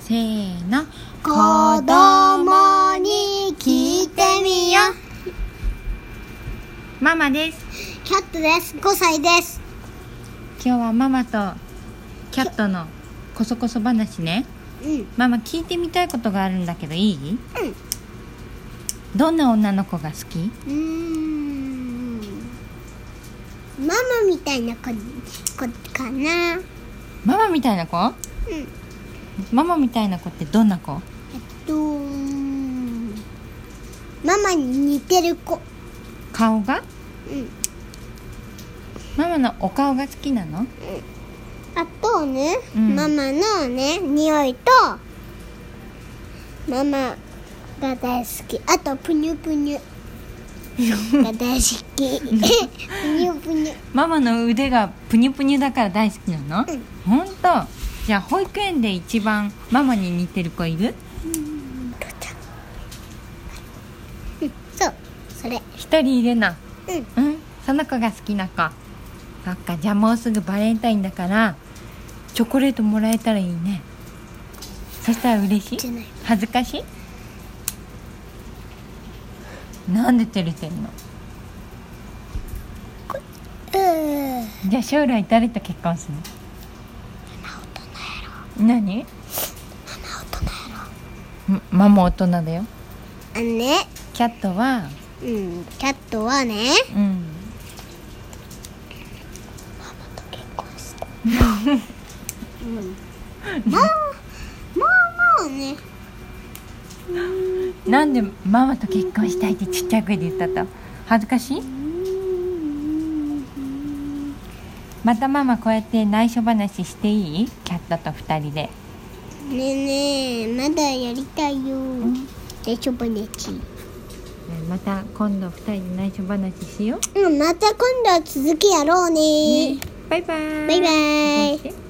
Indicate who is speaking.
Speaker 1: せーの
Speaker 2: 子供に聞いてみよ
Speaker 1: ママです
Speaker 2: キャットです5歳です
Speaker 1: 今日はママとキャットのこそこそ話ね
Speaker 2: うん
Speaker 1: ママ聞いてみたいことがあるんだけどいい
Speaker 2: うん
Speaker 1: どんな女の子が好き
Speaker 2: うーんママみたいな子子かなうん
Speaker 1: ママみたいな子
Speaker 2: えっ
Speaker 1: ママみたいな子ってどんな子
Speaker 2: とうんママに似てる子
Speaker 1: 顔が
Speaker 2: うん
Speaker 1: ママのお顔が好きなの
Speaker 2: あとね、
Speaker 1: うん
Speaker 2: ママのね匂いとママが大好きあとプニュ プニュが大好き プニュプニュ
Speaker 1: ママの腕がプニュプニュだから大好きなの、
Speaker 2: うん
Speaker 1: ほんとじゃあ保育園で一番ママに似てる子いる
Speaker 2: とったうんそうそれ
Speaker 1: 一人いるの
Speaker 2: うん
Speaker 1: うんその子が好きな子そっかじゃあもうすぐバレンタインだからチョコレートもらえたらいいねそしたら嬉し
Speaker 2: じゃ
Speaker 1: い
Speaker 2: ない
Speaker 1: 恥ずかしいなんで照れてんの
Speaker 2: うん
Speaker 1: じゃあ将来誰と結婚するの何ママ大人だよ
Speaker 2: あのね
Speaker 1: キャットは
Speaker 2: うんキャットはね
Speaker 1: うん
Speaker 2: 結婚した、うん、もうもうもうね
Speaker 1: なんでママと結婚したいってちっちゃい声で言ったと恥ずかしいまたママこうやって内緒話していいキャットと2人で
Speaker 2: ねえねえまだやりたいよ、でちょぼねち
Speaker 1: また今度2人で内緒話しよ
Speaker 2: うんまた今度は続きやろうね
Speaker 1: うバイバイ
Speaker 2: バイバイ
Speaker 1: こうして
Speaker 2: 哎